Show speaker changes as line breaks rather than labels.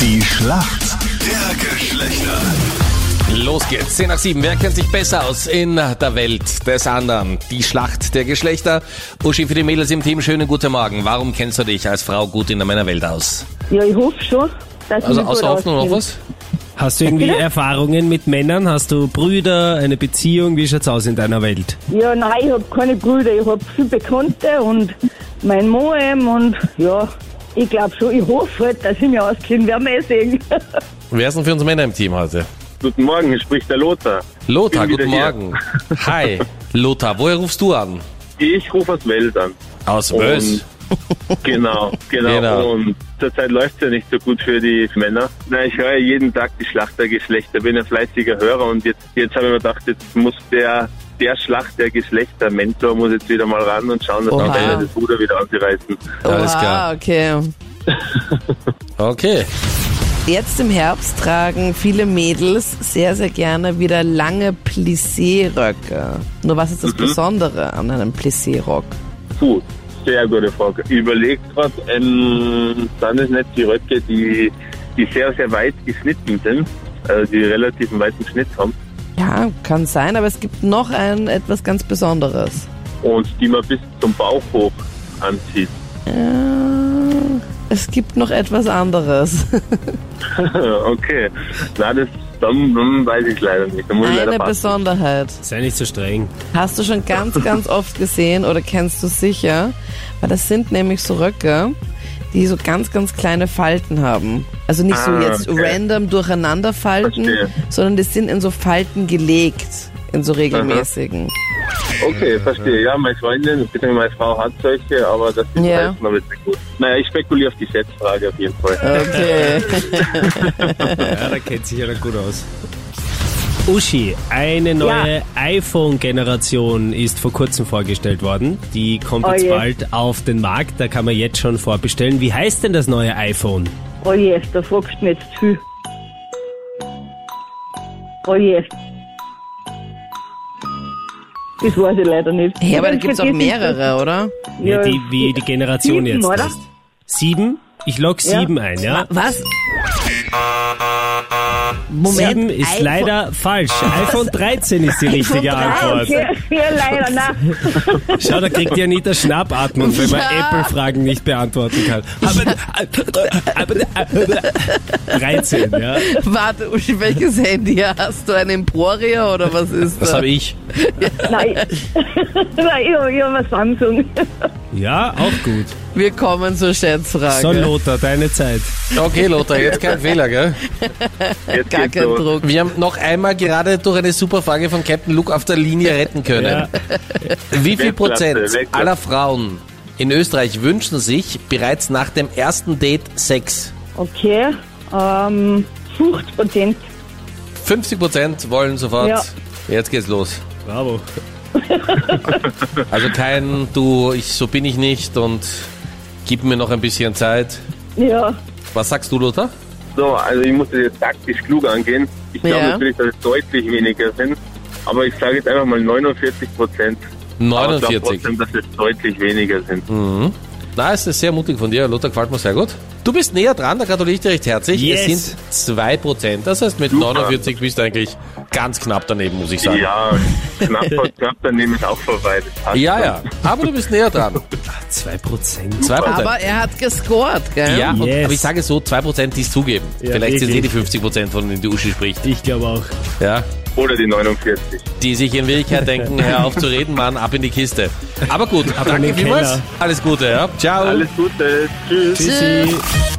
Die Schlacht der Geschlechter.
Los geht's. 10 nach 7. Wer kennt sich besser aus in der Welt des anderen? Die Schlacht der Geschlechter. Uschi für die Mädels im Team, schönen guten Morgen. Warum kennst du dich als Frau gut in der Männerwelt aus?
Ja, ich hoffe schon, dass
Also
ich mich
aus
gut
der Hoffnung noch
auskenne.
was?
Hast du irgendwie Erfahrungen mit Männern? Hast du Brüder, eine Beziehung? Wie schaut's aus in deiner Welt?
Ja, nein, ich habe keine Brüder, ich habe viele Bekannte und mein Moem und ja, ich glaube schon, ich hoffe halt, dass ich mich auskenne, werden wir eh sehen.
Wer ist denn für uns Männer im Team heute?
Guten Morgen, hier spricht der Lothar.
Lothar,
Bin wieder
guten
hier.
Morgen. Hi. Lothar, woher rufst du an?
Ich rufe aus Wels an.
Aus Wels.
Genau, genau.
Genau.
Und zurzeit läuft es ja nicht so gut für die Männer. Na, ich höre jeden Tag die Schlacht der Geschlechter, bin ein fleißiger Hörer und jetzt, jetzt habe ich mir gedacht, jetzt muss der, der Schlacht der Geschlechter, Mentor, muss jetzt wieder mal ran und schauen, dass
Oha.
die Männer das Ruder wieder anzureißen.
Alles
Oha,
klar.
okay.
Okay.
Jetzt im Herbst tragen viele Mädels sehr, sehr gerne wieder lange Plissé-Röcke. Nur was ist
Mhm.
das Besondere an einem Plissé-Rock?
Puh, sehr gute Frage. Überlegt gerade, ähm, dann ist nicht die Röcke, die, die sehr, sehr weit geschnitten sind, also die relativ einen weiten Schnitt haben.
Ja, kann sein, aber es gibt noch ein etwas ganz Besonderes.
und die man bis zum Bauch hoch anzieht.
Äh, es gibt noch etwas anderes.
okay. Na, das dann, dann weiß ich leider nicht. Dann muss ich leider
Eine
passen.
Besonderheit.
Sei nicht so streng.
Hast du schon ganz, ganz oft gesehen oder kennst du sicher? Weil das sind nämlich so Röcke, die so ganz, ganz kleine Falten haben. Also nicht so
Ah,
jetzt
okay.
random durcheinander Falten,
Verstehe.
sondern die sind in so Falten gelegt. In so regelmäßigen.
Okay, verstehe. Ja, meine Freundin, beziehungsweise meine Frau hat solche, aber das ist
Ja.
yeah. noch nicht so gut. Naja, ich spekuliere auf die Schätzfrage auf jeden Fall.
Okay.
Ja, da kennt sich einer gut aus. Uschi, eine neue iPhone-Generation ist vor kurzem vorgestellt worden. Die kommt
Oh
jetzt
je.
bald auf den Markt, da kann man jetzt schon vorbestellen. Wie heißt denn das neue iPhone?
Oh yes, da fragst du mich jetzt zu. Oh yes. Das weiß ich leider nicht.
Ja, aber da
Ich
gibt's auch
vergesse es.
mehrere, oder?
Ja,
die, wie die Generation
sieben,
jetzt
oder?
heißt. Sieben? Ich log
Ja.
sieben ein, ja?
Was? Moment.
Sieben ist
iPhone-
leider falsch. iPhone 13 ist die richtige
13.
Antwort.
Ja, ja, leider, nein.
Schau, da kriegt die Anita Schnappatmung, wenn man
Ja.
Apple-Fragen nicht beantworten kann. äh, Aber, aber, 13, äh, ja?
Warte, Uschi, welches Handy hast du? Ein Emporia oder was ist das?
Das habe ich.
Nein, nein, ich hab- ich habe Samsung.
Ja, auch gut.
Wir kommen zur Schätzfrage.
So, Lothar, deine Zeit.
Okay, Lothar, jetzt kein Fehler, gell?
Jetzt
Äh, Gar
geht's
kein
los.
Druck.
Wir haben noch einmal gerade durch eine super Frage von Captain Luke auf der Linie retten können.
Ja.
Wie viel
Weltklasse,
Prozent
Weltklasse.
aller Frauen in Österreich wünschen sich bereits nach dem ersten Date Sex?
Okay, ähm, 50 Prozent.
50 Prozent wollen sofort.
Ja.
Jetzt geht's los.
Bravo.
Also kein du, ich so bin ich nicht und gib mir noch ein bisschen Zeit.
Ja,
Was sagst du, Lothar?
So, also ich muss das jetzt taktisch klug angehen. Ich glaube
Ja.
natürlich, dass es deutlich weniger sind. Aber ich sage jetzt einfach mal 49 Prozent. Aber ich glaube
49.
trotzdem, dass es deutlich weniger sind.
Na, es ist sehr mutig von dir, Lothar, gefällt mir sehr gut. Du bist näher dran, da gratuliere ich dir recht herzlich. Es
Yes.
sind 2%. Das heißt, mit 49 bist du eigentlich ganz knapp daneben, muss ich sagen.
Ja, knapp vor knapp, dann nehme ich es auch vorbei. Das passt
ja,
schon.
ja. Aber du bist näher dran.
2%.
2%.
Aber er hat gescored, gell?
ja, und,
Yes.
aber ich sage so, 2% die es zugeben.
Ja,
Vielleicht sind es eh die
wirklich.
50%, von denen die Uschi spricht.
Ich glaube auch.
Ja.
Oder die 49.
Die sich in Wirklichkeit denken, hör auf zu reden, Mann, ab in die Kiste. Aber gut, danke
den
vielmals.
Keller.
Alles Gute, ja. Ciao.
Alles Gute. Tschüss.
Tschüssi.